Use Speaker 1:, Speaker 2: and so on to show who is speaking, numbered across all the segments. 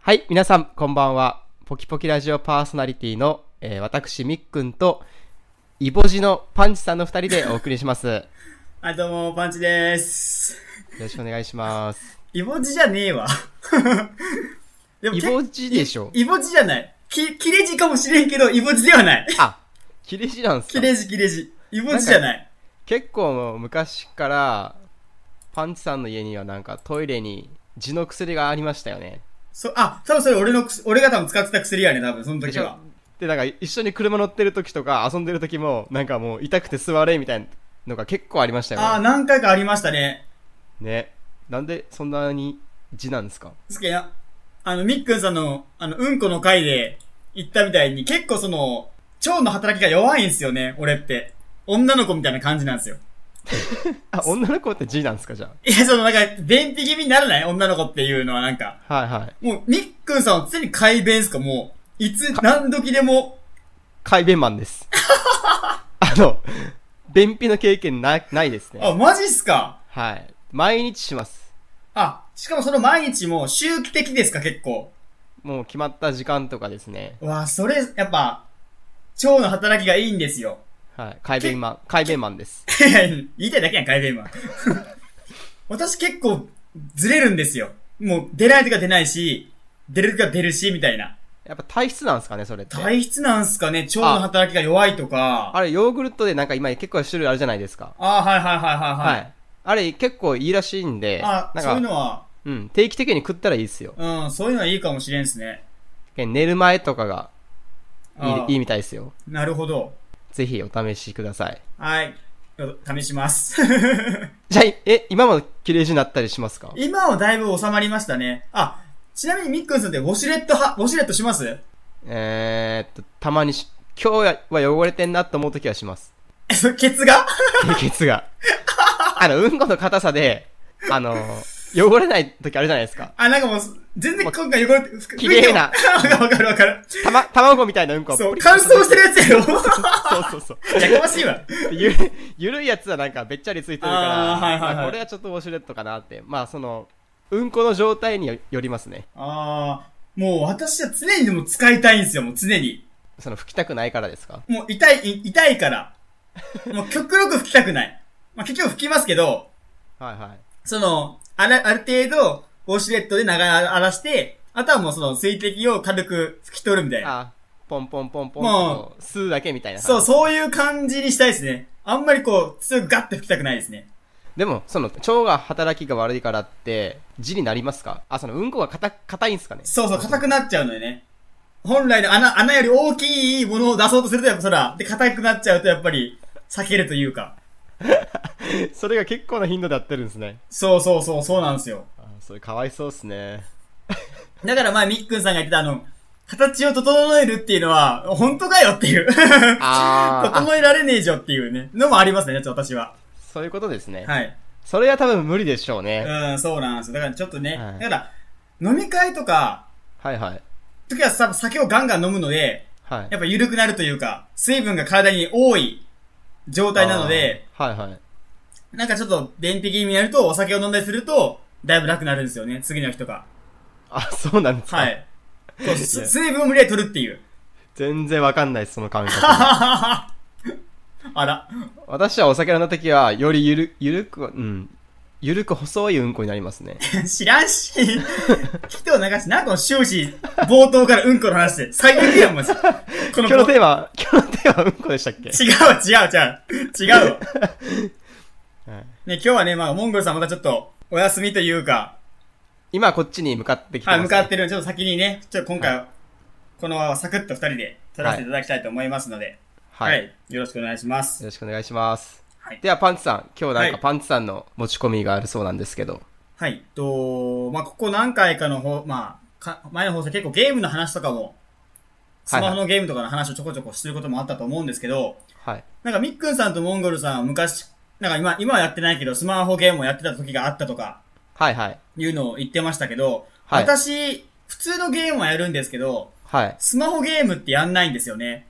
Speaker 1: はい、皆さん、こんばんは。ポキポキラジオパーソナリティの、えー私、みっくんと、イボジのパンチさんの二人でお送りし ます。よ
Speaker 2: はい、どうも、パンチです。
Speaker 1: ろしくお願いします。
Speaker 2: イボジじゃねえわ。 で
Speaker 1: イ
Speaker 2: け
Speaker 1: ボジでしょ
Speaker 2: イボジじゃない。き、切れ字かもしれんけど、イボジではない。
Speaker 1: あ、切れ字なんす
Speaker 2: 切
Speaker 1: か
Speaker 2: れ字、切れ字。イボジじゃない。
Speaker 1: 結構もう昔から、パンチさんの家にはなんかトイレに字の薬がありましたよね。
Speaker 2: そう、あ、多分それ俺の薬、俺が多分使ってた薬やね、多分、その時は。
Speaker 1: で、なんか一緒に車乗ってる時とか遊んでる時も、なんかもう痛くて座れみたいなのが結構ありましたよね。
Speaker 2: ああ、何回かありましたね。
Speaker 1: ね。なんでそんなに字なんですか
Speaker 2: すけや、あの、みっくんさんの、あの、うんこの回で言ったみたいに、結構その、腸の働きが弱いんですよね、俺って。女の子みたいな感じなんですよ。
Speaker 1: あ、女の子って字なんですかじゃ
Speaker 2: いや、そのなんか、便秘気味にならない女の子っていうのはなんか。
Speaker 1: あ。はいはい。
Speaker 2: もう、みっくんさんは常に改便っすかもう、いつ、何時でも、
Speaker 1: 改便マンです。 あの、便秘の経験なないですね。
Speaker 2: あ、マジっすか
Speaker 1: はい。毎日します。
Speaker 2: あ、しかもその毎日も周期的ですか、結構。
Speaker 1: もう決まった時間とかですね。
Speaker 2: わあ、それ、やっぱ、腸の働きがいいんですよ。
Speaker 1: はい。改便マン、改便マンです。
Speaker 2: いや言いたいだけやん、改便は。 私結構、ずれるんですよ。もう、出ないとか出ないし、出るとか出るし、みたいな。
Speaker 1: やっぱ体質なんですかね、それって。
Speaker 2: 体質なんすかね、腸の働きが弱いとか。
Speaker 1: あれ、ヨーグルトでなんか今結構種類あるじゃないですか。
Speaker 2: ああ、はいはいはいはい
Speaker 1: は
Speaker 2: はい。
Speaker 1: い。あれ結構いいらしいんで、
Speaker 2: あ
Speaker 1: なん
Speaker 2: そういう
Speaker 1: か、
Speaker 2: のは、
Speaker 1: うん、定期的に食ったらいいですよ。
Speaker 2: うん、そういうのはいいかもしれんですね。
Speaker 1: 寝る前とかが
Speaker 2: あ
Speaker 1: いいいいみたいですよ。
Speaker 2: なるほど。
Speaker 1: ぜひお試しください。
Speaker 2: はい。試 します。
Speaker 1: じゃあ、え、今も綺麗になったりしますか
Speaker 2: 今はだいぶ収まりましたね。あ、ちなみにみっくんさんってウォシュレットは、ウォシュレットします
Speaker 1: えー、っと、たまにし、今日は汚れてんなと思うときはし ます。
Speaker 2: え、それ、ケツが
Speaker 1: ケツが。あの、うんこの硬さで、あの、汚れないときあるじゃないですか。
Speaker 2: あ、なんかもう、全然今回汚れて、ふ
Speaker 1: 綺麗な。
Speaker 2: ふ わかるわかる。
Speaker 1: たま、卵みたいなうんこは
Speaker 2: そう、
Speaker 1: プリッ
Speaker 2: 乾燥してるやつやろ。
Speaker 1: そうそうそう。
Speaker 2: やかましいわ。
Speaker 1: ゆる、ゆるいやつはなんかべっちゃりついてるから、
Speaker 2: あーはいはいはい
Speaker 1: まあこれはちょっとウォシュレットかなって。まあ、その、うんこの状態によよりますね。
Speaker 2: あー、もう私は常にでも使いたいんですよ、もう常に。
Speaker 1: その、拭きたくないからですか
Speaker 2: もう痛い、い痛いから。もう極力吹きたくない。まあ、結局吹きますけど、
Speaker 1: はいはい。
Speaker 2: その、あら、ある程度、ウォシュレットで流らして、あとはもうその水滴を軽く拭き取るみたいな。
Speaker 1: あ、ポンポンポンポン
Speaker 2: も
Speaker 1: と、吸うだけみたいな。
Speaker 2: そう、そういう感じにしたいですね。あんまりこう、強くガッて拭きたくないですね。
Speaker 1: でも、その、腸が働きが悪いからって、字になりますかあ、その、うんこが硬、硬いんですかね
Speaker 2: そうそう、硬くなっちゃうのよね。本来の穴、穴より大きいものを出そうとするとやっぱそら、で、硬くなっちゃうとやっぱり、避けるというか。
Speaker 1: それが結構な頻度でやってるんですね。
Speaker 2: そうそうそう、そうなんですよ。
Speaker 1: あ、それかわいそうっすね。
Speaker 2: だからまあ、みっくんさんが言ってたあの、形を整えるっていうのは、本当かよっていう。
Speaker 1: あー
Speaker 2: 整えられねえじゃんっていうね、のもありますね、ちょっと私は。
Speaker 1: そういうことですね。
Speaker 2: はい。
Speaker 1: それは多分無理でしょうね。
Speaker 2: うん、そうなんですよ。だからちょっとね、
Speaker 1: はい
Speaker 2: だから、飲み会とか、
Speaker 1: はいはい。
Speaker 2: 時はさ、酒をガンガン飲むので、
Speaker 1: はい。
Speaker 2: やっぱ緩くなるというか、水分が体に多い状態なので、
Speaker 1: あー。はいはい。
Speaker 2: なんかちょっと便秘気味になると、お酒を飲んだりすると、だいぶ楽になるんですよね、次の日とか。
Speaker 1: あ、そうなんですか。
Speaker 2: は。い。こうす
Speaker 1: いや
Speaker 2: 水分を無理やり取るっていう。
Speaker 1: 全然わかんないです、その感 覚。
Speaker 2: あら。
Speaker 1: 私はお酒飲んだ時は、よりゆる、ゆるく、うん。ゆるく細いうんこになります ね。
Speaker 2: 知らんし、 人を流して、なんかもう終始、冒頭からうんこの話で、最悪やん、マジ。こ
Speaker 1: 今日のテーマ、今日のテーマうんこで したっけ
Speaker 2: 違う違う違う。違うわ。
Speaker 1: はい
Speaker 2: ね、今日はね、まあ、モンゴルさんまたちょっと、お休みというか、
Speaker 1: 今こっちに向かってきてま
Speaker 2: あ、
Speaker 1: す、
Speaker 2: 向かってるんで、ちょっと先にね、ちょっと今回は、このままサクッと二人で撮らせていただきたいと思いますので、はい。
Speaker 1: はい。よ
Speaker 2: よろしくお願いします。
Speaker 1: ろしくお願いします。
Speaker 2: はい
Speaker 1: では、パンツさん、今日なん
Speaker 2: は
Speaker 1: か
Speaker 2: い
Speaker 1: パンツさんの持ち込みがあるそうなんですけど。
Speaker 2: はい。と、まあ、ここ何回かの方、まあ、か前の放送結構ゲームの話とかも、スマホのゲームとかの話をちょこちょこしてることもあったと思うんですけど、
Speaker 1: はい。
Speaker 2: なんかみっくんさんとモンゴルさんは昔、なんか今、今はやってないけど、スマホゲームをやってた時があったとか、
Speaker 1: はいはい。
Speaker 2: いうのを言ってましたけど、
Speaker 1: はい
Speaker 2: 私、普通のゲームはやるんですけど、
Speaker 1: はい。
Speaker 2: スマホゲームってやんないんですよね。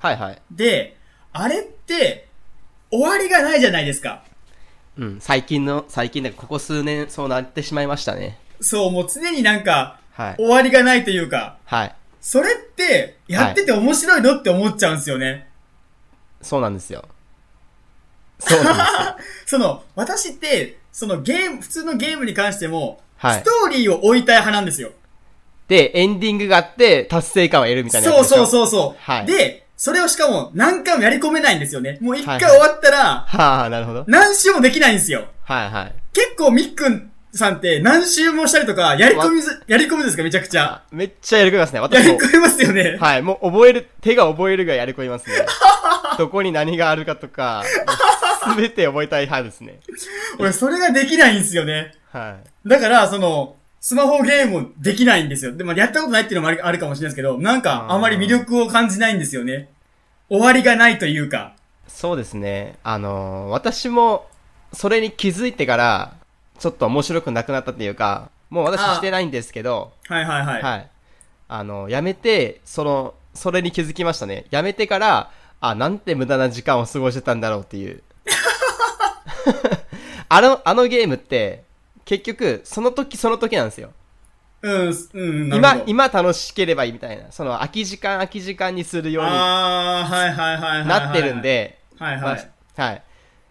Speaker 1: はいはい。
Speaker 2: で、あれって、終わりがないじゃないですか。
Speaker 1: うん。最近の、最近で、ここ数年そうなってしまいましたね。
Speaker 2: そう、もう常になんか、
Speaker 1: はい。
Speaker 2: 終わりがないというか、
Speaker 1: はい。
Speaker 2: それって、やってて面白いのって思っちゃうんですよね。
Speaker 1: そうなんですよ。そうなんですよ。
Speaker 2: その、私って、そのゲーム、普通のゲームに関しても、
Speaker 1: はい
Speaker 2: ストーリーを追いたい派なんですよ。
Speaker 1: で、エンディングがあって、達成感を得るみたいなや
Speaker 2: そう
Speaker 1: つでし
Speaker 2: そ
Speaker 1: ょ
Speaker 2: うそうそう。
Speaker 1: はい
Speaker 2: で、それをしかも何回もやり込めないんですよね。もう一
Speaker 1: はい
Speaker 2: 回終
Speaker 1: はい
Speaker 2: わったら、
Speaker 1: はあ、なるほど。
Speaker 2: 何周もできないんですよ。
Speaker 1: はいはい。
Speaker 2: 結構みっくんさんって何周もしたりとか、やり込みず、やり込むんですかめちゃくちゃ。
Speaker 1: めっちゃやりこみますね。
Speaker 2: や
Speaker 1: 私
Speaker 2: り
Speaker 1: も。
Speaker 2: 込みますよね。
Speaker 1: はい。もう覚える、手が覚えるがやりこみますね。 どこに何があるかとか、すべて覚えたい派ですね。
Speaker 2: 俺、それができないんですよね。
Speaker 1: はい。
Speaker 2: だから、その、スマホゲームもできないんですよ。でも、やったことないっていうのもあるあるかもしれないですけど、なんか、
Speaker 1: あー
Speaker 2: あまり魅力を感じないんですよね。終わりがないというか。
Speaker 1: そうですね。あのー私も、それに気づいてから、ちょっと面白くなくなったっていうか、もう私
Speaker 2: あー
Speaker 1: してないんですけど、
Speaker 2: はいはいはい。
Speaker 1: はい。あの、やめて、その、それに気づきましたね。やめてから、あ、なんて無駄な時間を過ごしてたんだろうって いう。あの、あのゲームって、結局、その時その時なんですよ。
Speaker 2: うん、うん、なる
Speaker 1: 今
Speaker 2: ほ、ど。
Speaker 1: 今楽しければいいみたいな。その、空き時間空き時間にするように
Speaker 2: あー、はいはいはいはい、はい。
Speaker 1: なってるん。で、
Speaker 2: はい
Speaker 1: ま
Speaker 2: は
Speaker 1: あ
Speaker 2: い。
Speaker 1: はい。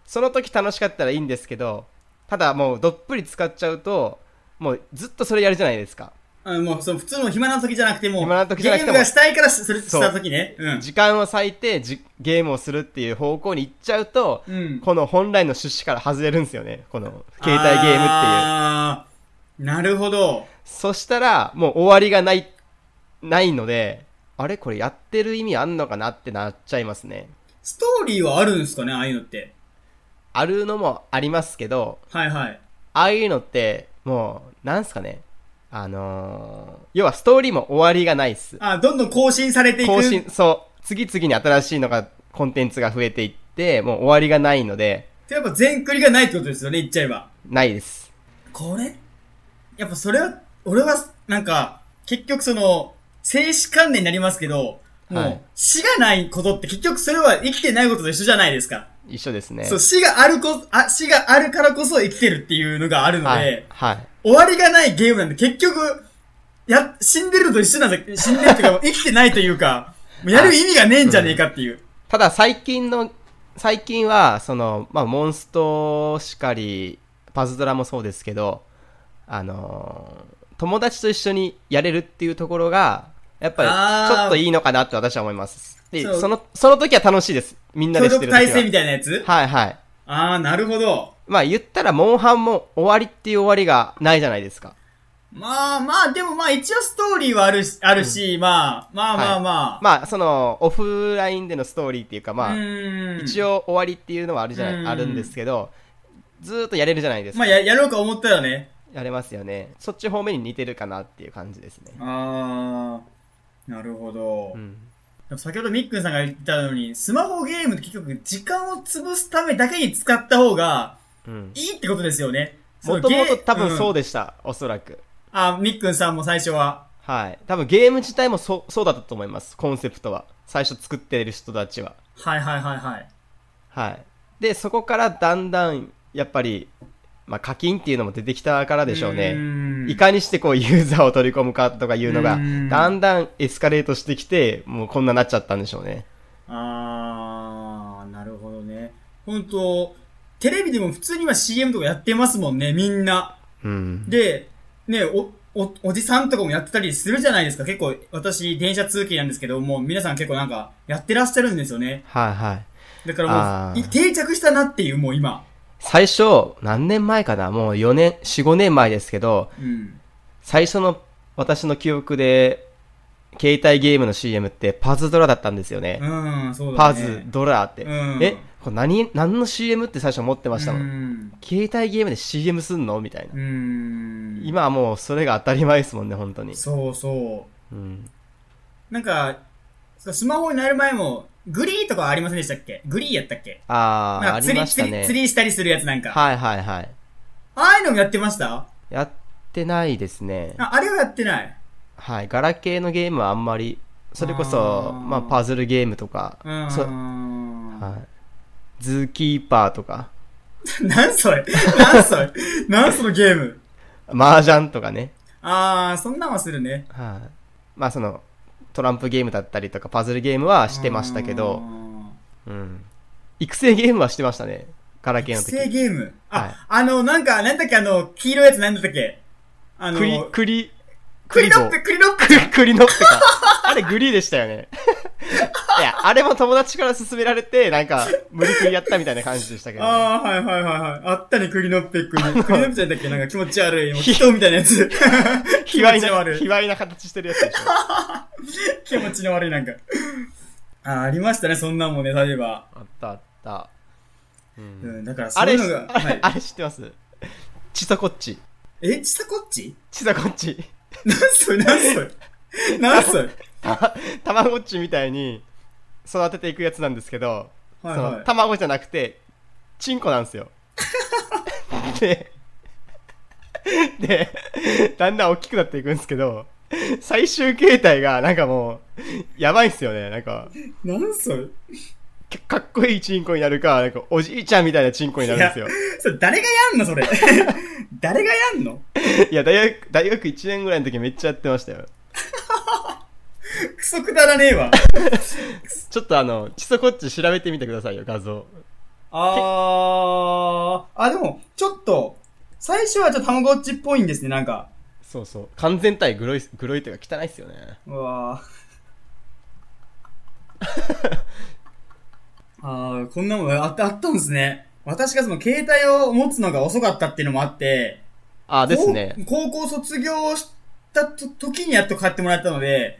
Speaker 1: その時楽しかったらいいんですけど、ただもうどっぷり使っちゃうと、もうずっとそれやるじゃないですか。
Speaker 2: うん、もう、その、普通の暇な時じゃなくても、
Speaker 1: 暇な時じゃなくても
Speaker 2: ゲームがしたいからし、それ、し
Speaker 1: そう
Speaker 2: た時ね。うん。
Speaker 1: 時間を割いてじゲームをするっていう方向に行っちゃうと、
Speaker 2: うん。
Speaker 1: この本来の趣旨から外れるんですよねこの携帯ゲームっていう
Speaker 2: あー、なるほど。
Speaker 1: そしたらもう終わりがないないのであれこれやってる意味あんのかなってなっちゃいますね
Speaker 2: ストーリーはあるんですかね、ああいうのって。
Speaker 1: あるのもありますけど
Speaker 2: はいはい。
Speaker 1: ああいうのってもうなんすかねあのー、要はストーリーも終わりがないっす
Speaker 2: あ、どんどん更新されていく。
Speaker 1: 更新そう次々に新しいのがコンテンツが増えていってもう終わりがないので
Speaker 2: やっぱ全クリがないってことですよね、言っちゃえば。
Speaker 1: ないです
Speaker 2: これやっぱそれは、俺は、なんか、結局その、静止観念になりますけど、もう、
Speaker 1: はい
Speaker 2: 死がないことって結局それは生きてないことと一緒じゃないですか。
Speaker 1: 一緒ですね
Speaker 2: そう、死があるこ、あ、死があるからこそ生きてるっていうのがあるので、
Speaker 1: はい、はい
Speaker 2: 終わりがないゲームなんで結局、や、死んでるのと一緒なんだ、死んでるっていう か、もう生きてないというか、もうやる意味がねえんじゃねえかっていう。
Speaker 1: ただ最近の最近はそのまあモンストしかりパズドラもそうですけどあのー友達と一緒にやれるっていうところがやっぱり
Speaker 2: あー
Speaker 1: ちょっといいのかなって私は思いますで
Speaker 2: そう
Speaker 1: そのその時は楽しいですみんな
Speaker 2: 協
Speaker 1: でして
Speaker 2: 力
Speaker 1: る時
Speaker 2: 体制み
Speaker 1: は
Speaker 2: たいなやつ
Speaker 1: はいはい
Speaker 2: ああ、なるほど。
Speaker 1: まあ言ったらモンハンも終わりっていう終わりがないじゃないですか
Speaker 2: まあまあ、でもまあ一応ストーリーはあるし、あるし、まあ、まあまあまあ。
Speaker 1: まあそのオフラインでのストーリーっていうかま
Speaker 2: う
Speaker 1: あ
Speaker 2: ーん
Speaker 1: 一。応終わりっていうのはあるじゃ
Speaker 2: う
Speaker 1: なんいあるんですけどずーっとやれるじゃないですか
Speaker 2: まあや、やろうか思ったらね。
Speaker 1: やれますよねそっち方面に似てるかなっていう感じですね
Speaker 2: ああ、なるほど。
Speaker 1: うん
Speaker 2: でも先ほどみっくんさんが言ったように、スマホゲームって結局時間を潰すためだけに使った方が
Speaker 1: うん
Speaker 2: いいってことですよね。
Speaker 1: もともと多分そう
Speaker 2: で、
Speaker 1: でした、おそらく
Speaker 2: うんあーみっくんさんも最初は。
Speaker 1: はい多分ゲーム自体もそうそうだったと思いますコンセプトは最初作ってる人たちは
Speaker 2: はいはいはいはい。
Speaker 1: はいでそこからだんだんやっぱり、まあ、課金っていうのも出てきたからでしょう
Speaker 2: ー
Speaker 1: ね
Speaker 2: ん
Speaker 1: いかにしてこうユーザーを取り込むかとかいうのが
Speaker 2: うん
Speaker 1: だんだんエスカレートしてきてもうこんななっちゃったんでしょうね
Speaker 2: あー、なるほどね。ほんと、テレビでも普通には CM とかやってますもんね、みんな。
Speaker 1: うん
Speaker 2: で、ね、お、お、おじさんとかもやってたりするじゃないですか。結構、私、電車通勤なんですけど、もう皆さん結構なんか、やってらっしゃるんですよね。
Speaker 1: はいはい
Speaker 2: だか
Speaker 1: あ
Speaker 2: らもう、
Speaker 1: ー
Speaker 2: い定着したなっていう、もう今。
Speaker 1: 最初何年前かなもう4年45年前ですけど
Speaker 2: うん。
Speaker 1: 最初の私の記憶で携帯ゲームの CM ってパズドラだったんですよね。
Speaker 2: うん、そうだ
Speaker 1: パ
Speaker 2: ね。
Speaker 1: ズドラって。
Speaker 2: うん
Speaker 1: えこれ何、何の CM って最初思ってましたも。
Speaker 2: うんん。
Speaker 1: 携帯ゲームで CM すんのみたいな
Speaker 2: う。ん。
Speaker 1: 今はもうそれが当たり前ですもんね、本当に。
Speaker 2: そうそう。
Speaker 1: うん。
Speaker 2: なんか、スマホになる前も、グリーとかありませんでしたっけグリーやったっけ
Speaker 1: あ
Speaker 2: なん
Speaker 1: ー、
Speaker 2: か
Speaker 1: あり
Speaker 2: 釣り、
Speaker 1: まし
Speaker 2: 釣
Speaker 1: た
Speaker 2: り、
Speaker 1: ね。
Speaker 2: 釣りしたりするやつなんか。
Speaker 1: はいはいはい。
Speaker 2: ああいうのもやってました
Speaker 1: やってないですね。
Speaker 2: ああれはやってない。
Speaker 1: はい。ガラケーのゲームはあんまり、それこ
Speaker 2: あー
Speaker 1: そ、まあパズルゲームとか、
Speaker 2: うー
Speaker 1: そ
Speaker 2: ん。
Speaker 1: はい。ズーキーパーとか、
Speaker 2: なんそれなんそれなんそのゲーム
Speaker 1: 麻雀とかね。
Speaker 2: あー、そんなんはするね。
Speaker 1: はい、まあそのトランプゲームだったりとかパズルゲームはしてましたけど、うん、育成ゲームはしてましたねガラケー
Speaker 2: 育
Speaker 1: の
Speaker 2: 成
Speaker 1: 時
Speaker 2: ゲーム。あ、
Speaker 1: はい
Speaker 2: あの、なんか、なんだっけ、あの、黄色いやつなんだったっけあの、
Speaker 1: クリクリ
Speaker 2: クリロッ
Speaker 1: 棒
Speaker 2: プ、クリロップ
Speaker 1: クリ クリノッペかあれグリーでしたよね いやあれも友達から勧められてなんか無理くりやったみたいな感じでしたけど、ね、
Speaker 2: ああ、はいはいはいはい。あったね、クリノッ ペクリ。クリノッペじゃなだっけなんか気持ち悪い。もう人みたいなやつ。気
Speaker 1: 卑猥
Speaker 2: 持ちの
Speaker 1: な
Speaker 2: 悪
Speaker 1: 卑
Speaker 2: い。
Speaker 1: 猥な形してるやつでしょ
Speaker 2: 気持ちの悪いなんか。ああ、ありましたね、そんなんもね、例えば。
Speaker 1: あったあった、うん
Speaker 2: うん、だからそ
Speaker 1: あ
Speaker 2: う
Speaker 1: れ
Speaker 2: いうのが。
Speaker 1: あれ
Speaker 2: はい
Speaker 1: あれ知ってますチサコッチ
Speaker 2: え、ちさこっち
Speaker 1: チサコッチ
Speaker 2: なんそれ、なんそれ。なんそれ。
Speaker 1: たたまごっちみたいに育てていくやつなんですけど、
Speaker 2: はい
Speaker 1: そ
Speaker 2: は
Speaker 1: の
Speaker 2: い。
Speaker 1: 卵じゃなくてチンコなん ですよででだんだん大きくなっていくんですけど最終形態がなんかもうやばいんすよねなんか
Speaker 2: なんそれ。
Speaker 1: かかっこいいチンコになるかなんかおじいちゃんみたいなチンコになるんですよ
Speaker 2: それ、誰がやんのそれ。 誰がやんの
Speaker 1: いや大学大学1年ぐらいの時めっちゃやってましたよ
Speaker 2: クソくだらねえわ。
Speaker 1: ちょっとあのちそこっち調べてみてくださいよ画像
Speaker 2: あー。あ、でも、ちょっと、最初はちょっとたまごっちっぽいんですね、なんか。
Speaker 1: そうそう完全体グロいグロいというか汚いっすよね
Speaker 2: うわあ あーこんなもんあった、あったんですね。私がその携帯を持つのが遅かったっていうのもあって、
Speaker 1: あですね
Speaker 2: 高高校卒業したと時にやっと買ってもらったので、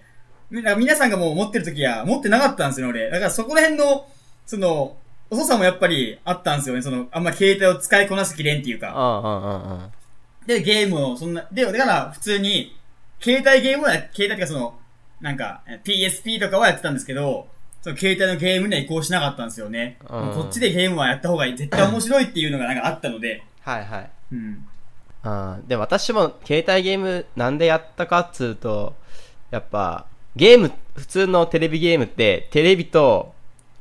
Speaker 2: みなんか皆さんがもう持ってる時は持ってなかったんですよね、俺。だからそこら辺の、その、遅さもやっぱりあったんですよね。その、あんま携帯を使いこなすきれんっていうか。
Speaker 1: うんうんうんうん
Speaker 2: で、ゲームをそんな、で、だから普通に、携帯ゲームは、携帯っていうかその、なんか、え PSP とかはやってたんですけど、その携帯のゲームには移行しなかったんですよね。
Speaker 1: ん
Speaker 2: もうこっちでゲームはやった方がいい絶対面白いっていうのがなんかあったので。
Speaker 1: はいはい
Speaker 2: うん。
Speaker 1: あーで私も携帯ゲームなんでやったかっつうとやっぱゲーム普通のテレビゲームってテレビと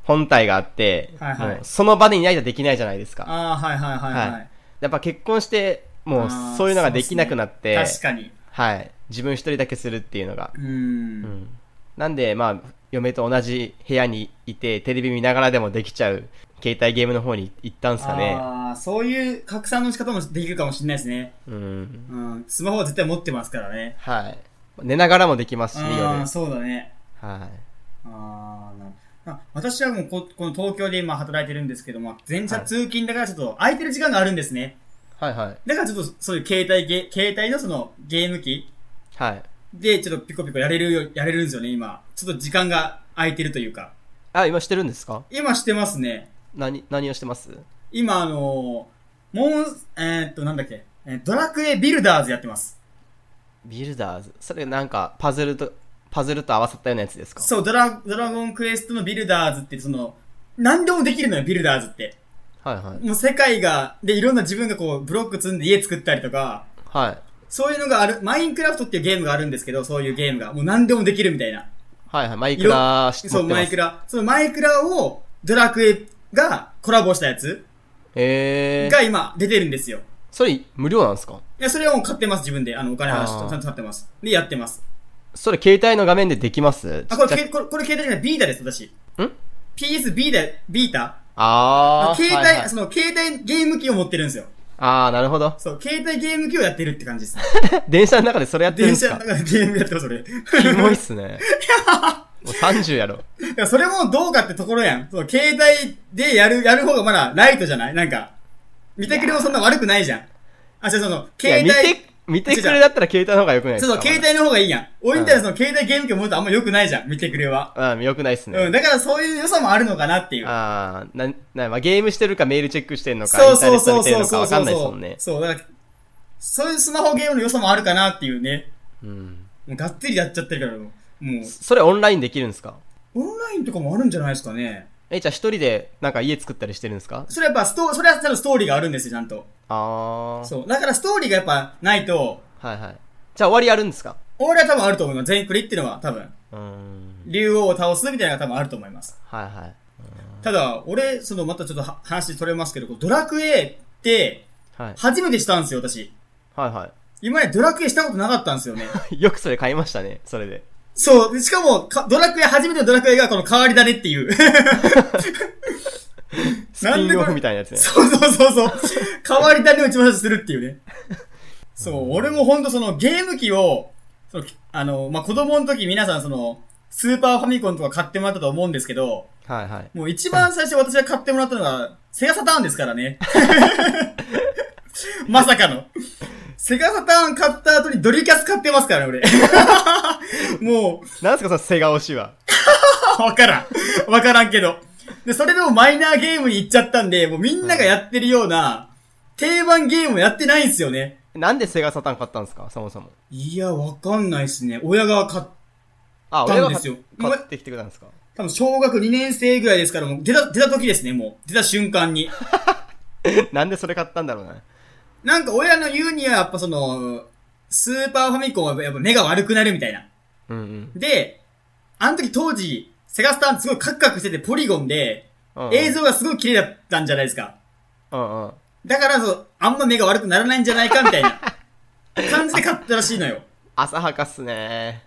Speaker 1: 本体があって、
Speaker 2: はいは
Speaker 1: も
Speaker 2: い
Speaker 1: うその場でいないとできないじゃないですか
Speaker 2: ああ、はいはいはいはい。
Speaker 1: はいやっぱ結婚してもう
Speaker 2: あー
Speaker 1: そういうのができなくなって、
Speaker 2: そうっすね確かに。
Speaker 1: はい、自分一人だけするっていうのが、
Speaker 2: う。
Speaker 1: うんん、なんでまあ嫁と同じ部屋にいてテレビ見ながらでもできちゃう携帯ゲームの方に行ったんすかね
Speaker 2: ああ、そういう拡散の仕方もできるかもしれないですね。
Speaker 1: うん
Speaker 2: うん。スマホは絶対持ってますからね。
Speaker 1: はい寝ながらもできますし夜
Speaker 2: ああ、そうだね。
Speaker 1: はい
Speaker 2: あーなるあ私はもうこ、この東京で今働いてるんですけども、電車通勤だからちょっと空いてる時間があるんですね。
Speaker 1: はいはい
Speaker 2: だからちょっとそういう携帯ゲ、携帯のそのゲーム機
Speaker 1: はい
Speaker 2: でちょっとピコピコやれるよ、やれるんですよね、今。ちょっと時間が空いてるというか。
Speaker 1: あ、今してるんですか
Speaker 2: 今してますね。
Speaker 1: 何、何をしてます
Speaker 2: 今あのーモン、えーっと、なんだっけ、えードラクエビルダーズやってます。
Speaker 1: ビルダーズ。それなんか、パズルと、パズルと合わさったようなやつですか
Speaker 2: そう、ドラ、ドラゴンクエストのビルダーズってその、何でもできるのよ、ビルダーズって。
Speaker 1: はいはい。
Speaker 2: もう世界が、で、いろんな自分がこう、ブロック積んで家作ったりとか、
Speaker 1: はい。
Speaker 2: そういうのがある、マインクラフトっていうゲームがあるんですけど、そういうゲームが。もう何でもできるみたいな。
Speaker 1: はいはい。マイクラ知ってます。
Speaker 2: そう、マイクラ。そのマイクラを、ドラクエがコラボしたやつ
Speaker 1: えー。
Speaker 2: が今出てるんですよ。
Speaker 1: それ、無料なんですか
Speaker 2: いや、それはもう買ってます、自分で。あの、お金払
Speaker 1: あ
Speaker 2: し
Speaker 1: ー
Speaker 2: て、ちゃんと買ってます。で、やってます。
Speaker 1: それ、携帯の画面でできます
Speaker 2: あ、これ、
Speaker 1: ちっちゃ
Speaker 2: けこれ、これ携帯じゃない、ビータです、私。
Speaker 1: ん
Speaker 2: ?PS ビータ、ビータ
Speaker 1: あー。
Speaker 2: 携帯、
Speaker 1: はいはい
Speaker 2: その、携帯ゲーム機を持ってるんですよ。
Speaker 1: あー、なるほど。
Speaker 2: そう、携帯ゲーム機をやってるって感じです。
Speaker 1: 電車の中でそれやってるんで
Speaker 2: 電
Speaker 1: す
Speaker 2: 車の
Speaker 1: か
Speaker 2: 中でゲームやってます、それ。
Speaker 1: キモいっす ね。もう30やろ。
Speaker 2: いや、それもどうかってところやん。そう、携帯でやる、やる方がまだライトじゃないなんか、見てくれもそんな悪くないじゃん。あ、じゃあその、
Speaker 1: いや、
Speaker 2: 携
Speaker 1: 見
Speaker 2: 帯
Speaker 1: て、、見てくれだったら携帯の方が良くないです
Speaker 2: そう
Speaker 1: か
Speaker 2: そう、携帯の方がいいやん。俺みたいなその、携帯ゲーム機を持つとあんま良くないじゃん、見てくれは。
Speaker 1: 帯。うん、良くないっすね。
Speaker 2: うん、だからそういう良さもあるのかなっていう。
Speaker 1: あー、な、な、まあ、ゲームしてるかメールチェックしてんのか、イ
Speaker 2: そ
Speaker 1: ン
Speaker 2: う
Speaker 1: ター
Speaker 2: そ
Speaker 1: ネ
Speaker 2: う
Speaker 1: ット見
Speaker 2: そう
Speaker 1: てる
Speaker 2: そう
Speaker 1: のか
Speaker 2: そ
Speaker 1: わか
Speaker 2: うそ
Speaker 1: ん
Speaker 2: う
Speaker 1: ないです
Speaker 2: そ
Speaker 1: もんね
Speaker 2: う。。そう、だから、そういうスマホゲームの良さもあるかなっていうね。
Speaker 1: うん。
Speaker 2: もうがっつりやっちゃってるから、もうも
Speaker 1: それオンラインできるんですか
Speaker 2: う、オンラインとかもあるんじゃないですかね。
Speaker 1: え、じゃあ一人でなんか家作ったりしてるんですか
Speaker 2: それやっぱストー、それは多分ストーリーがあるんですよ、ちゃんと。
Speaker 1: あー。
Speaker 2: そう。だからストーリーがやっぱないと、
Speaker 1: はいはい。じゃあ終わりやるんですか
Speaker 2: 俺は多分あると思います。全クリっていうのは多分、
Speaker 1: うーん。
Speaker 2: 竜王を倒すみたいなのが多分あると思います。
Speaker 1: はいはい。
Speaker 2: ただ、俺、その、またちょっとは話取れますけど、こうドラクエって、
Speaker 1: はい。
Speaker 2: 初めてしたんですよ、私。
Speaker 1: はいはい。
Speaker 2: 今までドラクエしたことなかったんですよね。
Speaker 1: よくそれ買いま したね、それで。
Speaker 2: そう。でしかもか、ドラクエ、初めてのドラクエがこの変わり種っていう。
Speaker 1: スピンオフみたいなやつね。
Speaker 2: そうそうそうそう。変わり種を一番最初にするっていうね。そう、俺もほんとそのゲーム機を、そのあの、まあ、子供の時皆さんその、スーパーファミコンとか買ってもらったと思うんですけど、
Speaker 1: はいはい。
Speaker 2: もう一番最初私が買ってもらったのが、セガサターンですからね。 まさかの。セガサターン買った後にドリキャス買ってますからね、俺。 もう、
Speaker 1: なんすかそのセガ推しは。
Speaker 2: わからん。わからんけど。で、それでもマイナーゲームに行っちゃったんで、もうみんながやってるような、定番ゲームをやってないんですよね。
Speaker 1: なんでセガサタン買ったんですかそもそも。
Speaker 2: いや、わかんないっすね。親が買っ、
Speaker 1: あ、
Speaker 2: 買っ
Speaker 1: 俺
Speaker 2: た
Speaker 1: が
Speaker 2: んです
Speaker 1: 買
Speaker 2: よ
Speaker 1: っ買ってきてくれたんですか
Speaker 2: 多分小学2年生ぐらいですから、もう出た、出た時ですね、もう。出た瞬間に。
Speaker 1: なんでそれ買ったんだろうな。
Speaker 2: なんか親の言うには、やっぱその、スーパーファミコンはやっぱ目が悪くなるみたいな。
Speaker 1: うんうん
Speaker 2: で、あの時当時、セガスターンすごいカクカクしててポリゴンで、
Speaker 1: うんうん。
Speaker 2: 映像がすごい綺麗だったんじゃないですか。
Speaker 1: うんうん。
Speaker 2: だからそう、あんま目が悪くならないんじゃないかみたいな感じで買ったらしいのよ。
Speaker 1: 浅はかっすね。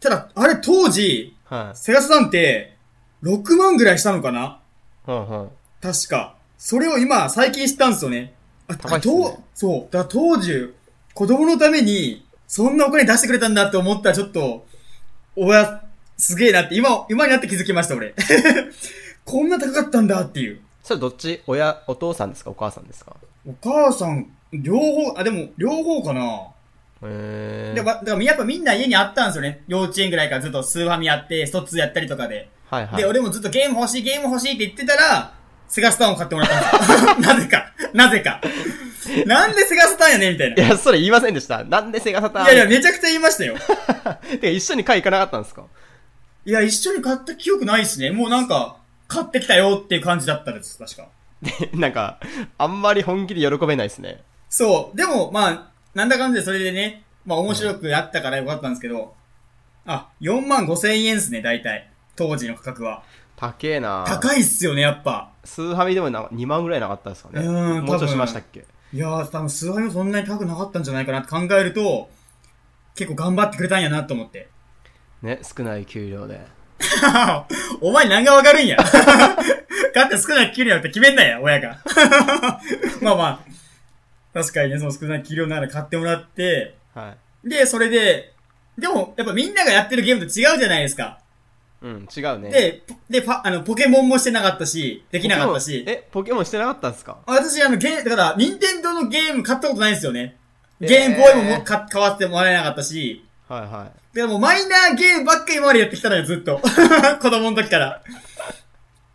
Speaker 2: ただ、あれ当時、
Speaker 1: はい。
Speaker 2: セガスターンって、6万ぐらいしたのかな
Speaker 1: うんうん。
Speaker 2: 確か。それを今、最近知ったんですよね。あ、
Speaker 1: 高いっす
Speaker 2: と
Speaker 1: ね
Speaker 2: うそう。だから当時、子供のために、そんなお金出してくれたんだって思ったらちょっと、親、すげえなって、今、今になって気づきました、俺。 こんな高かったんだっていう。
Speaker 1: それどっち親、お父さんですかお母さんですか
Speaker 2: お母さん、両方、あ、でも、両方かな
Speaker 1: へえ。
Speaker 2: で、わだからやっぱみんな家にあったんですよね。幼稚園ぐらいからずっとスーファミやって、スト2やったりとかで。
Speaker 1: はいはい。
Speaker 2: で、俺もずっとゲーム欲しい、ゲーム欲しいって言ってたら、セガスターンを買ってもらったんですよ。な ぜか。なぜか。なんでセガスターンやねんみたい
Speaker 1: い
Speaker 2: な。
Speaker 1: や、それ言いませんでした。なんでセガサタン
Speaker 2: いやいや、めちゃくちゃ言いましたよ。
Speaker 1: てか一緒に買い行かなかったんですか
Speaker 2: いや、一緒に買った記憶ないっすね。もうなんか、買ってきたよっていう感じだったんです、確か。
Speaker 1: でなんか、あんまり本気で喜べないですね。
Speaker 2: そう。でも、まあ、なんだかんだでそれでね、まあ面白くやったからよかったんですけど、あ、4万5千円っすね、大体。当時の価格は。
Speaker 1: 高えな
Speaker 2: 高いっすよね、やっぱ。
Speaker 1: スーファミでもな2万ぐらいなかったんですかね。
Speaker 2: うん
Speaker 1: もうちょ
Speaker 2: 多
Speaker 1: い
Speaker 2: 分
Speaker 1: しましたっけ
Speaker 2: いやー、多分数割もそんなに高くなかったんじゃないかなって考えると、結構頑張ってくれたんやなと思って。
Speaker 1: ね、少ない給料で。
Speaker 2: お前何がわかるんや。 だって少ない給料って決めんなや、親が。 まあまあ、確かにね、その少ない給料なら買ってもらって、
Speaker 1: はい。
Speaker 2: で、それで、でも、やっぱみんながやってるゲームと違うじゃないですか。
Speaker 1: うん、違うね。、
Speaker 2: で、ポで、パ、あの、ポケモンもしてなかったし、できなかったし。
Speaker 1: え、ポケモンしてなかったんですか
Speaker 2: 私、あの、ゲー、だから、任天堂のゲーム買ったことないんですよね。
Speaker 1: えー
Speaker 2: ゲームボーイももう買買わせてもらえなかったし、
Speaker 1: はいはい。
Speaker 2: でもマイナーゲームばっかり今までやってきたのよ、ずっと。 子供の時から。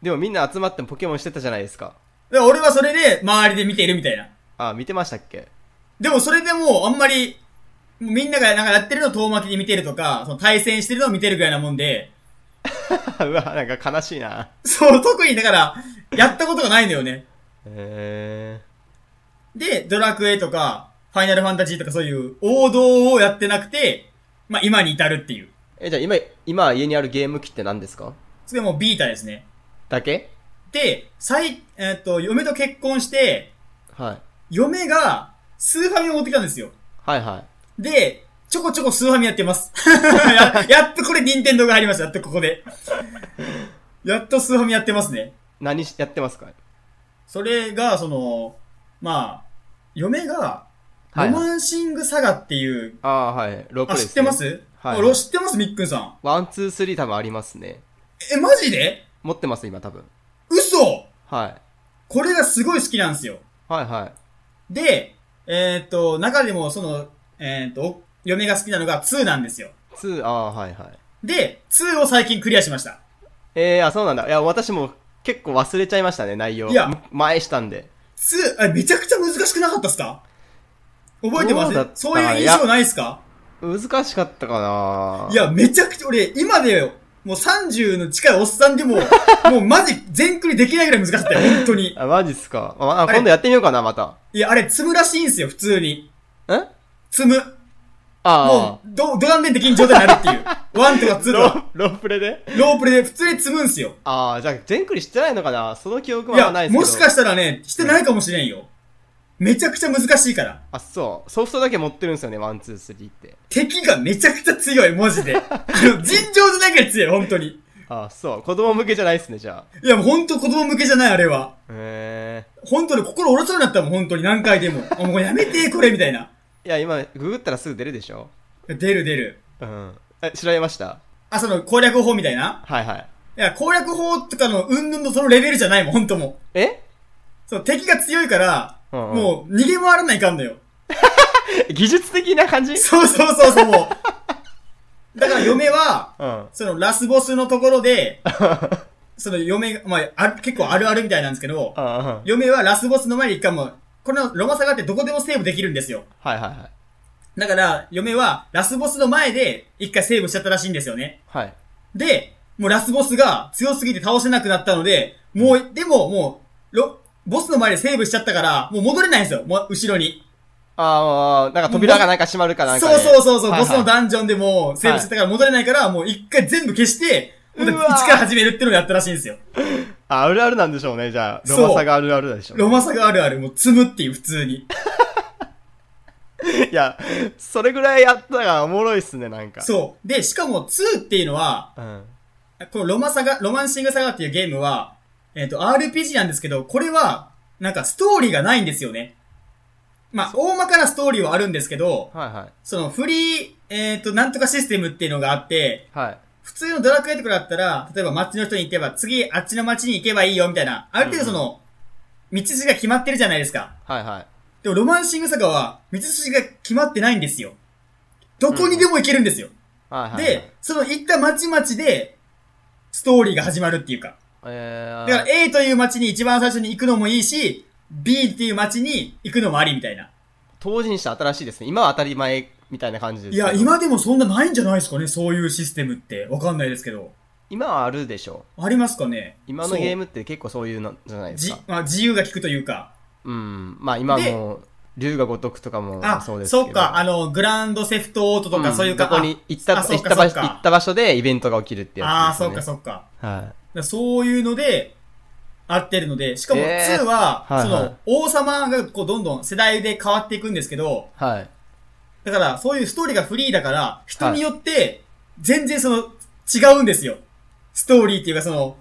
Speaker 1: でもみんな集まってもポケモンしてたじゃないですか。
Speaker 2: で俺はそれで周りで見ているみたいな。
Speaker 1: あ、見てましたっけ
Speaker 2: でもそれでもうあんまり、もうみんながなんかやってるのを遠巻きに見てるとか、その対戦してるのを見てるぐらいなもんで、
Speaker 1: うわ、なんか悲しいな。
Speaker 2: そう、特にだから、やったことがないのよね。
Speaker 1: へ
Speaker 2: で、ドラクエとか、ファイナルファンタジーとかそういう王道をやってなくて、まあ今に至るっていう。
Speaker 1: えー。え、じゃあ今、今家にあるゲーム機って何ですか
Speaker 2: それもうビータですね。
Speaker 1: だけ
Speaker 2: で、最、えっと、嫁と結婚して、
Speaker 1: はい。
Speaker 2: 嫁が、スーファミを持ってきたんですよ。
Speaker 1: はいはい。
Speaker 2: で、ちょこちょこスーファミやってます。 ややっとこれ任天堂が入りました。やっとここで。やっとスーファミやってますね。
Speaker 1: 何しやってますか
Speaker 2: それが、その、まあ、嫁が、
Speaker 1: はい
Speaker 2: ロマンシングサガっていう、
Speaker 1: ああ、はい。6
Speaker 2: あ、
Speaker 1: です、ね。
Speaker 2: 知ってます
Speaker 1: はい
Speaker 2: あろ知ってますみっくんさん。
Speaker 1: ワン、ツー、スリー多分ありますね。
Speaker 2: え、マジで
Speaker 1: 持ってます、今多分。
Speaker 2: 嘘
Speaker 1: はい。
Speaker 2: これがすごい好きなんですよ。
Speaker 1: はいはい。
Speaker 2: で、えーっと、中でもその、えーっと、嫁が好きなのが2なんですよ。
Speaker 1: ツー、ああ、はいはい。
Speaker 2: で、2を最近クリアしました。
Speaker 1: えー、あ、そうなんだ。いや、私も結構忘れちゃいましたね、内容。
Speaker 2: いや
Speaker 1: む前したんで。
Speaker 2: つ、あ、めちゃくちゃ難しくなかったっすか覚えてま
Speaker 1: どう
Speaker 2: す
Speaker 1: だった
Speaker 2: そういう印象ないっすか
Speaker 1: 難しかったかない
Speaker 2: い、や、めちゃくちゃ、俺、今で、もう30の近いおっさんでも、 もうマジ全クリできないぐらい難しかったよ、本当に。
Speaker 1: あマジっすか。あ、あ
Speaker 2: れ
Speaker 1: 今度やってみようかな、また。
Speaker 2: いや、あれ、積むらしいんすよ、普通に。
Speaker 1: ん
Speaker 2: 積む。
Speaker 1: あ
Speaker 2: もう、ど、ド断面的に状態になるっていう。ワンとかツ
Speaker 1: あ。
Speaker 2: ー
Speaker 1: ロ
Speaker 2: とか、
Speaker 1: ー、ロープレで
Speaker 2: ロープレで普通に積むんすよ。
Speaker 1: ああ、じゃあ、全クリしてないのかなその記憶
Speaker 2: い
Speaker 1: はないで
Speaker 2: や、
Speaker 1: すけど。
Speaker 2: もしかしたらね、してないかもしれんよ。めちゃくちゃ難しいから。
Speaker 1: あ、そう。ソフトだけ持ってるんですよね、ワン、ツー、スリーって。
Speaker 2: 敵がめちゃくちゃ強い、マジで。あの、尋常じゃなきゃ強い、本当に。
Speaker 1: あ、そう。子供向けじゃないっすね、じゃあ。
Speaker 2: いや、もう本当子供向けじゃない、あれは。
Speaker 1: へえ
Speaker 2: 本当に心折れそうになったもん、本当に何回でも。あもうやめて、これ、みたいな。
Speaker 1: いや、今、ググったらすぐ出るでしょ
Speaker 2: 出る出る。
Speaker 1: うん。え、調べました
Speaker 2: あ、その攻略法みたいな
Speaker 1: はいはい。
Speaker 2: いや、攻略法とかのうんぬんのそのレベルじゃないもん、本当もう。
Speaker 1: え
Speaker 2: そう、敵が強いから、
Speaker 1: うんうん
Speaker 2: もう逃げ回らないかんのよ。
Speaker 1: 技術的な感じ
Speaker 2: そうそうそうそう、もう。だから嫁は、
Speaker 1: うん。
Speaker 2: そのラスボスのとこ ろで、その嫁が、まあ、ある結構あるあるみたいなんですけど、
Speaker 1: うんうん。はい
Speaker 2: 嫁はラスボスの前に一回もう、このロマサガってどこでもセーブできるんですよ。
Speaker 1: はいはい。
Speaker 2: だから、嫁はラスボスの前で一回セーブしちゃったらしいんですよね。
Speaker 1: はい。
Speaker 2: で、もうラスボスが強すぎて倒せなくなったので、もう、でももう、ロ、ボスの前でセーブしちゃったから、もう戻れないんですよ、もう後ろに。
Speaker 1: あーあー、なんか扉がなんか閉まるかなんかで、
Speaker 2: そうそうそうそう、
Speaker 1: はいは
Speaker 2: ボ
Speaker 1: い
Speaker 2: スのダンジョンでもうセーブしちゃったから戻れないから、もう一回全部消して、また
Speaker 1: うわー
Speaker 2: 一から始めるってのをやったらしいんですよ。
Speaker 1: あ、あるあるなんでしょうね、じゃあ。
Speaker 2: そう
Speaker 1: ロマサがあるあるなんでしょうね、
Speaker 2: ロマサガあるある、もう積むっていう、普通に。
Speaker 1: いや、それぐらいやったらおもろいっすね、なんか。
Speaker 2: そう。で、しかも2っていうのは、
Speaker 1: う。ん。
Speaker 2: このロマサガ、ロマンシングサガっていうゲームは、えっ、と、RPG なんですけど、これは、なんかストーリーがないんですよね。まあ、大まかなストーリーはあるんですけど、
Speaker 1: はいはい。
Speaker 2: そのフリー、えっ、と、なんとかシステムっていうのがあって、
Speaker 1: はい。
Speaker 2: 普通のドラクエとかだったら、例えば街の人に行けば、次あっちの街に行けばいいよみたいな、ある程度その、道筋が決まってるじゃないですか。
Speaker 1: はいはい。
Speaker 2: でもロマンシングサガは、道筋が決まってないんですよ。どこにでも行けるんですよ。
Speaker 1: はいはい。
Speaker 2: で、、その行った町々で、ストーリーが始まるっていうか。
Speaker 1: え
Speaker 2: だ
Speaker 1: ー、
Speaker 2: から A という町に一番最初に行くのもいいし、B っていう町に行くのもありみたいな。
Speaker 1: 当時にして新しいですね。今は当たり前みたいな感じです
Speaker 2: い
Speaker 1: けど
Speaker 2: や、今でもそんなないんじゃないですかね、そういうシステムって。わかんないですけど。
Speaker 1: 今はあるでしょう。
Speaker 2: ありますかね
Speaker 1: 今のゲー
Speaker 2: ム
Speaker 1: ムって結構そういうのじゃないです
Speaker 2: じ
Speaker 1: か。、
Speaker 2: まあ、自由が利くというか。
Speaker 1: うん。まあ今
Speaker 2: で
Speaker 1: もう、竜が如くとかも
Speaker 2: あ、
Speaker 1: そ
Speaker 2: そうう
Speaker 1: ですけど。
Speaker 2: っか、あの、グランドセフトオートとか、
Speaker 1: ん
Speaker 2: そういうか、
Speaker 1: どこに行った、
Speaker 2: あそ
Speaker 1: 行
Speaker 2: う
Speaker 1: っ
Speaker 2: か
Speaker 1: た場
Speaker 2: そ
Speaker 1: 所、
Speaker 2: うか
Speaker 1: 行った場所でイベントが起きるってや
Speaker 2: ああー、
Speaker 1: つです
Speaker 2: そ
Speaker 1: よ
Speaker 2: う
Speaker 1: ね。
Speaker 2: か、そうか。
Speaker 1: うか。はい。
Speaker 2: だからそういうので、合ってるので、しかも
Speaker 1: えー
Speaker 2: 2は、
Speaker 1: はいはい
Speaker 2: その、王様がこう、どんどん世代で変わっていくんですけど、
Speaker 1: はい。
Speaker 2: だから、そういうストーリーがフリーだから、人
Speaker 1: はい
Speaker 2: によって、全然その、違うんですよ。ストーリーっていうか、その、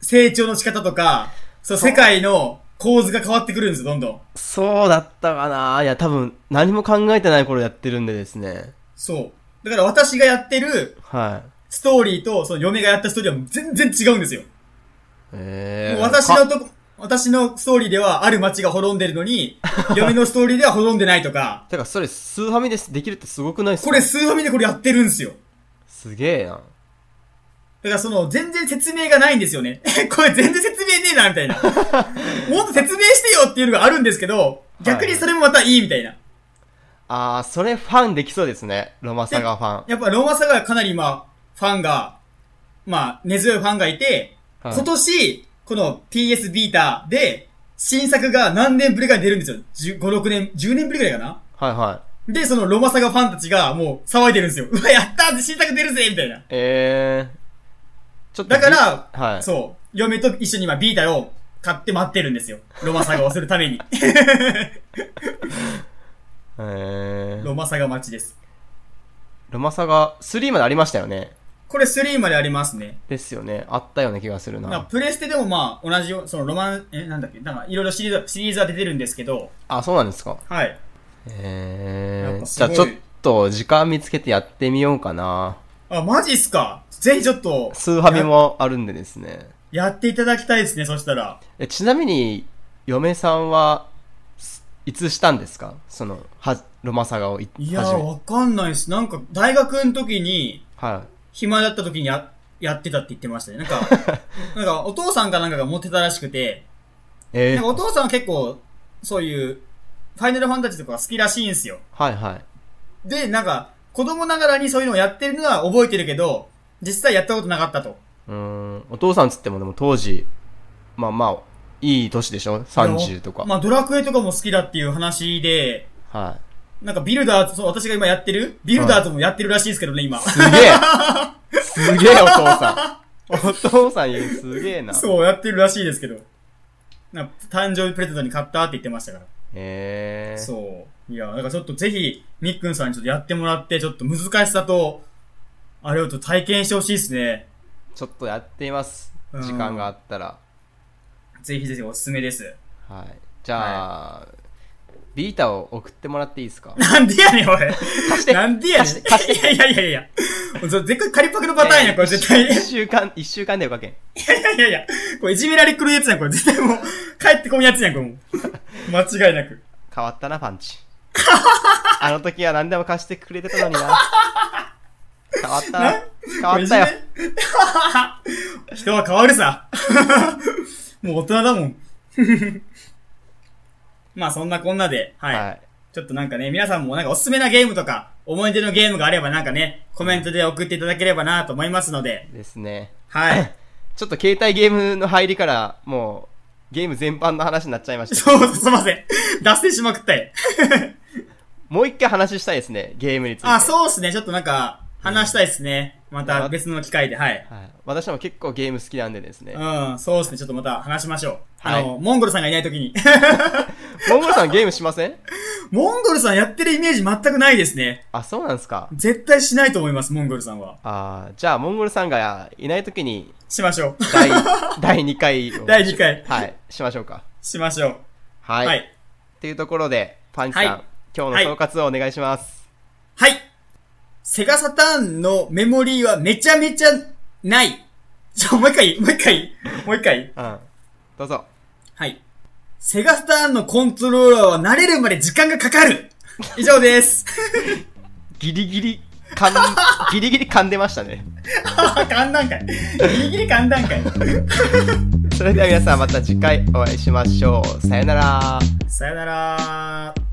Speaker 2: 成長の仕方とか、そう、世界の構図が変わってくるんですよ、どんどん。
Speaker 1: そうだったかないや、多分、何も考えてない頃やってるんでですね。
Speaker 2: そう。だから私がやってる
Speaker 1: はい。
Speaker 2: ストーリーと、その嫁がやったストーリーは全然違うんですよ。
Speaker 1: ええ
Speaker 2: もう私のとこ、私のストーリーではある街が滅んでるのに、嫁のストーリーでは滅んでないとか、
Speaker 1: てか、それ、スーファミです、できるってすごくないっすか
Speaker 2: これ数ファミでこれやってるんですよ。
Speaker 1: すげえな。
Speaker 2: だからその、全然説明がないんですよね。 これ全然説明ねえな、みた いな。もっと説明してよっていうのがあるんですけど、逆にそれもまたいいみたいな。
Speaker 1: あー、それファンできそうですね。ロマサガファン。
Speaker 2: やっぱローマサガはかなり今、ファンが、まあ、根強いファンがいて、
Speaker 1: はい
Speaker 2: 今年、この PS ビータで、新作が何年ぶりかに出るんですよ。10 5、6年、10年ぶりぐらいかな
Speaker 1: はいはい。
Speaker 2: で、そのロマサガファンたちがもう騒いでるんですよ。うわ、やったー新作出るぜみたいな。
Speaker 1: ええちょっと
Speaker 2: だ
Speaker 1: じ。
Speaker 2: から、
Speaker 1: はい。
Speaker 2: そう、嫁と一緒に今ビータを買って待ってるんですよ。ロマサガをするため に。
Speaker 1: えー
Speaker 2: ロマサガ待ちです。
Speaker 1: ロマサガ3までありましたよね。
Speaker 2: これ3までありますね。
Speaker 1: ですよね。あったような気がする
Speaker 2: なん
Speaker 1: な
Speaker 2: か。プレステでもまあ同じよ、そのロマン、え、なんだっけ、なんかいろいろシリーズ、シリーズは出てるんですけど、
Speaker 1: あ、そうなんですか。
Speaker 2: はい。や
Speaker 1: え
Speaker 2: っ
Speaker 1: ー
Speaker 2: ぱす
Speaker 1: じゃあ
Speaker 2: ごい
Speaker 1: ちょっと、時間見つけてやってみようかな。
Speaker 2: あ、マジっすかぜひちょっと、
Speaker 1: スーファミもあるんでですね。
Speaker 2: や。やっていただきたいですね、そしたら。
Speaker 1: えちなみに、嫁さんは、すいつしたんですかその、は、ロマサガをい
Speaker 2: い
Speaker 1: 始め。
Speaker 2: やー、わかんないです。なんか、大学の時に、
Speaker 1: は
Speaker 2: 暇だった時にや、やってたって言ってましたね。なん か、なんか、お父さんかなんかが持ってたらしくて、
Speaker 1: い。え
Speaker 2: なんか
Speaker 1: ー、
Speaker 2: お父さんは結構、そういう、ファイナルファンタジーとかが好きらしいんですよ。
Speaker 1: はいはい。
Speaker 2: で、なんか、子供ながらにそういうのをやってるのは覚えてるけど、実際やったことなかったと。
Speaker 1: うーん、お父さんつってもでも当時、まあまあ、いい年でしょ ?30 とか。
Speaker 2: まあ、ドラクエとかも好きだっていう話で、
Speaker 1: はい。
Speaker 2: なんかビルダーズ、そう、私が今やってるビルダーズもやってるらしいんですけどね、今。
Speaker 1: すげえすげえお父さん。お父さんよりすげえな。
Speaker 2: そう、やってるらしいですけど。なんか誕生日プレゼントに買ったって言ってましたから。
Speaker 1: へえ。
Speaker 2: そう。いや、だからちょっとぜひ、みっくんさんにちょっとやってもらって、ちょっと難しさと、あれをちょっと体験してほしいですね。
Speaker 1: ちょっとやっています。
Speaker 2: うん
Speaker 1: 時間があったら。
Speaker 2: ぜひぜひおすすめです。
Speaker 1: はい。じゃあ、ビータを送ってもらっていい ですか
Speaker 2: なんでやね ん、おい。
Speaker 1: 貸して
Speaker 2: なんでやねん。
Speaker 1: 貸して貸して
Speaker 2: いやいやいやいや。もうそれ絶対仮パクのパターンやん、これ絶対。い
Speaker 1: 一週間、一週間でよかけん。
Speaker 2: やいやいや。これいじめられくるやつやん、これ絶対 もう、帰ってこんやつやん、これもう。間違いなく。
Speaker 1: 変わったな、パンチ。あの時は何でも貸してくれてたのにな。変わったな。変わったよ。
Speaker 2: これいじめ 人は変わるさ。もう大人だもん。 まあそんなこんなで、はい。
Speaker 1: はい。
Speaker 2: ちょっとなんかね、皆さんもなんかおすすめなゲームとか、思い出のゲームがあればなんかね、コメントで送っていただければなと思いますので、
Speaker 1: ですね。
Speaker 2: はい。
Speaker 1: ちょっと携帯ゲームの入りから、もう、ゲーム全般の話になっちゃいました。
Speaker 2: そう、すいません。脱線しまくっ たよ。
Speaker 1: もう一回話したいですね、ゲームについて。
Speaker 2: あ、そうっすね。ちょっとなんか、話したいっすね。ま
Speaker 1: い
Speaker 2: た
Speaker 1: や
Speaker 2: 別の機会で、はい。
Speaker 1: はい、私も結構ゲーム好きなんでですね。
Speaker 2: うん、そうっすね。ちょっとまた話しましょう。
Speaker 1: はい
Speaker 2: あの、モンゴルさんがいないときに。
Speaker 1: モンゴルさんゲームしません
Speaker 2: モンゴルさんやってるイメージ全くないですね。
Speaker 1: あ、そうなんですか。
Speaker 2: 絶対しないと思います、モンゴルさんは。
Speaker 1: あーじゃあ、モンゴルさんがいないときに、
Speaker 2: しましょう。
Speaker 1: 第、第2回を。
Speaker 2: 第2回。
Speaker 1: はい、しましょうか。
Speaker 2: しましょう。
Speaker 1: はい。
Speaker 2: は
Speaker 1: とい、
Speaker 2: い。
Speaker 1: うところで、パンチさん、
Speaker 2: はい
Speaker 1: 今
Speaker 2: は
Speaker 1: 日
Speaker 2: い
Speaker 1: の総括をお願いします。
Speaker 2: はい。セガサターンのメモリーはめちゃめちゃない。ちょ、もう一回、もう一回、もう一回。
Speaker 1: うん。どうぞ。
Speaker 2: はい。セガサターンのコントローラーは慣れるまで時間がかかる。以上 です。
Speaker 1: ギリギリ、かん、ギリギリ噛んでましたね。
Speaker 2: 簡単かい。ギリギリ簡単かい。
Speaker 1: それでは皆さんまた次回お会いしましょう。さよなら。
Speaker 2: さよならー。